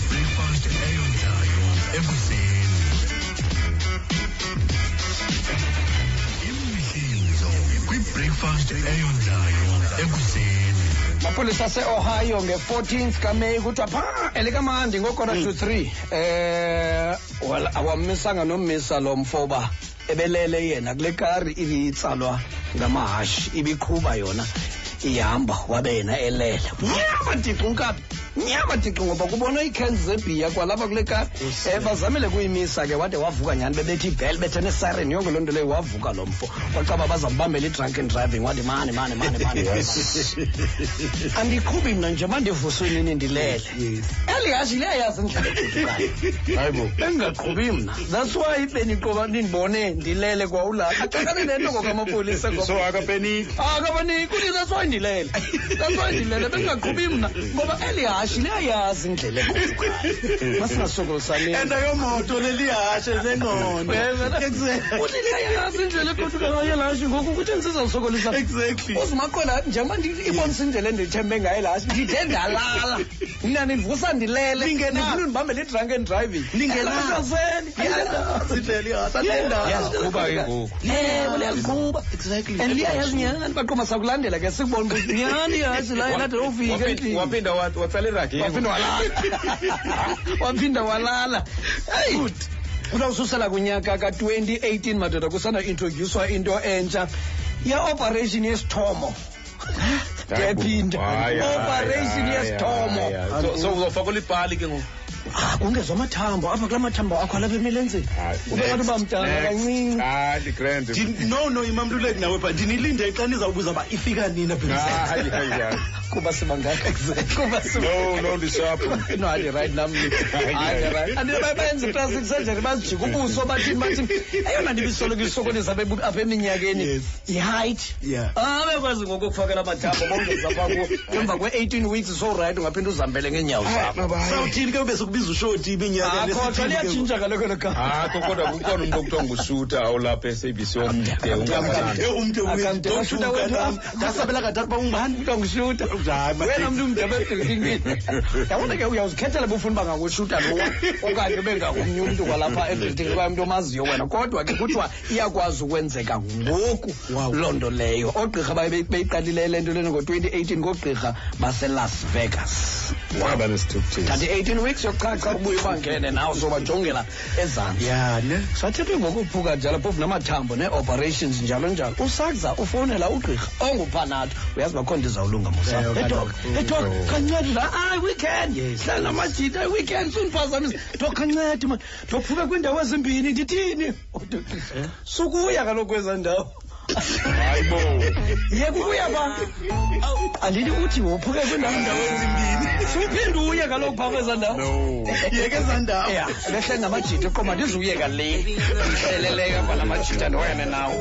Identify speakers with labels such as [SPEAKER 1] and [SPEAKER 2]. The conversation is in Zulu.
[SPEAKER 1] ingxenye eyomdlayo ekuseni imihlinzo kwibreakfast eyondlayo ekuseni
[SPEAKER 2] amapolisa aseohio nge-14 kameyi kuthiwa phaa elikamandi ngokora to three um well awamisanga nommisa lo mfo uba ebelele yena kule kari ibitsalwa ngamahashi ibiqhuba yona ihamba wabe yena elele nyama dixu nkabi nyama dixu ngoba kubonwe iikhensi zebhiya kwalapha kule kari um bazamele kuyimisa ke wade wavuka nyhani bebethi ibhele bethe nesireni yonke loo nto leyo wavuka lo mfo wacaba bazambambela i-drunk and driving wade mani mani mani mani mani andiqhubi mna nje mandivusweni nindilele elihashi liyayazi indlela egodukayo
[SPEAKER 3] hayibo
[SPEAKER 2] bengingaqhubi mna that's why beniqoba nindibone ndilele kwaulapha acakane nento ngokamapolisa
[SPEAKER 3] so akapeniki
[SPEAKER 2] akabaniki uthi that's why ndilele that's why ndilele bengingaqhubi mna ngoba eli hashi liyayazi indlela egodukayo masingasokolisaneni
[SPEAKER 3] yomoto lelihashe lengqondo
[SPEAKER 2] uthi liyayazi indlela egodukayo eli hashi ngoku kuthi ndisizawusokolisa
[SPEAKER 3] exactly
[SPEAKER 2] uzumaqonda njengoba ndi- ibonisa indlela endithembe ngayo laa ndide ndalala mna nindivusa ndilele ndifuna ndibambele i-drunk and driving Ndingenaseni.
[SPEAKER 3] Liyaziqhuba ke ngoku.
[SPEAKER 2] Yebo, liyaziqhuba and liyayazi nyhani baqoma sakulandela ke sikubona ukuthi nyhani yazi la elade ofika endlini
[SPEAKER 3] waphinda wa- watsala
[SPEAKER 2] waphinda walala waphinda walala eyi uzawususela kunyaka ka-2018 madoda kusanda introducwa into entsha yeoperation yesithomo ndiyaphinda operation yesithomo
[SPEAKER 3] uzofaka ulipali ke ngoku
[SPEAKER 2] Ah, kungezwa amathambo apha kula mathambo akho alapha emelenzeni ube bantu bamdala kancinci
[SPEAKER 3] hayi grand
[SPEAKER 4] Ndin- no no imamluleki nawe but ndinilinde xa ndizawubuza uba ifika nina
[SPEAKER 3] hayi hayi hayi
[SPEAKER 2] kuba sibangaka kuba
[SPEAKER 3] no no ndisapho
[SPEAKER 2] no andirayit nam bayenza i-plastic surgery bazijika ubuso bathini bathini eyona nto ibisoloko isokolisa apha ebu- apha eminyakeni yihayithi
[SPEAKER 4] Yeah.
[SPEAKER 2] abekwazi ngoku ukufakela amathambo bongeza phaa kuwo emva kwe-eighteen weeks sorayithi ungaphinde uzihambele ngeenyawo zakho
[SPEAKER 4] sawuthini ke ube sukubiza ushoti iminyaka
[SPEAKER 2] akho xa liyatshintsha kaloko lokao
[SPEAKER 3] hayi kodwa kukhona umntu okuthiwa ngushuta olapha esabc omde ungabalanga
[SPEAKER 4] umntu
[SPEAKER 2] Akamde, washuta wethu apha.
[SPEAKER 4] ndasabela kadathi uba ungubani
[SPEAKER 2] ngushuta
[SPEAKER 4] Hayi, ma-
[SPEAKER 2] wena mntu mdebedingini yabona ke uyawuzikhethela bufuna uba ngakushuta lowa okanye bengakumnye umntu kwalapha ebritini kwaye umntu omaziyo wena kodwa ke kuthiwa iyakwazi ukwenzeka ngoku loo nto leyo oogqirha baye be- beyiqalileyo le nto lena ngo-2018 ngoogqirha baselas vegas
[SPEAKER 3] waba nesithukuthezi
[SPEAKER 2] kanti 18 weeks yokuchacha ubuye ubangene nawo sobajongela ezantsi
[SPEAKER 4] ya ne
[SPEAKER 2] sathethwe ngokuphuka njalo phofu namathambo nee-operations njalo njalo usakza ufowunela ugqirha ongupanato uyazi bakho ndizawulunga
[SPEAKER 4] Eyo, kaloku.
[SPEAKER 2] mosaetoka etoka
[SPEAKER 3] Mm.
[SPEAKER 2] khanceda hayi Ah, weekend hlala namajita weekend sundiphazamisa tok khancede ma ndophuke kwiindawo ezimbini ndithini
[SPEAKER 4] Eh?
[SPEAKER 2] Udokotela, sukuya kaloku kweza ndawo
[SPEAKER 3] hayi bo
[SPEAKER 2] yeka ukuya ba andithi uthi wophuke kwiindawo ndawo ezimbini suphinde uye kaloku phaa kweza ndawo
[SPEAKER 3] no
[SPEAKER 4] yeke
[SPEAKER 2] ya
[SPEAKER 4] zandawo
[SPEAKER 2] behle namajita qoma ndizuyeka le ihleleleyo apha namajita ndihoyane nawo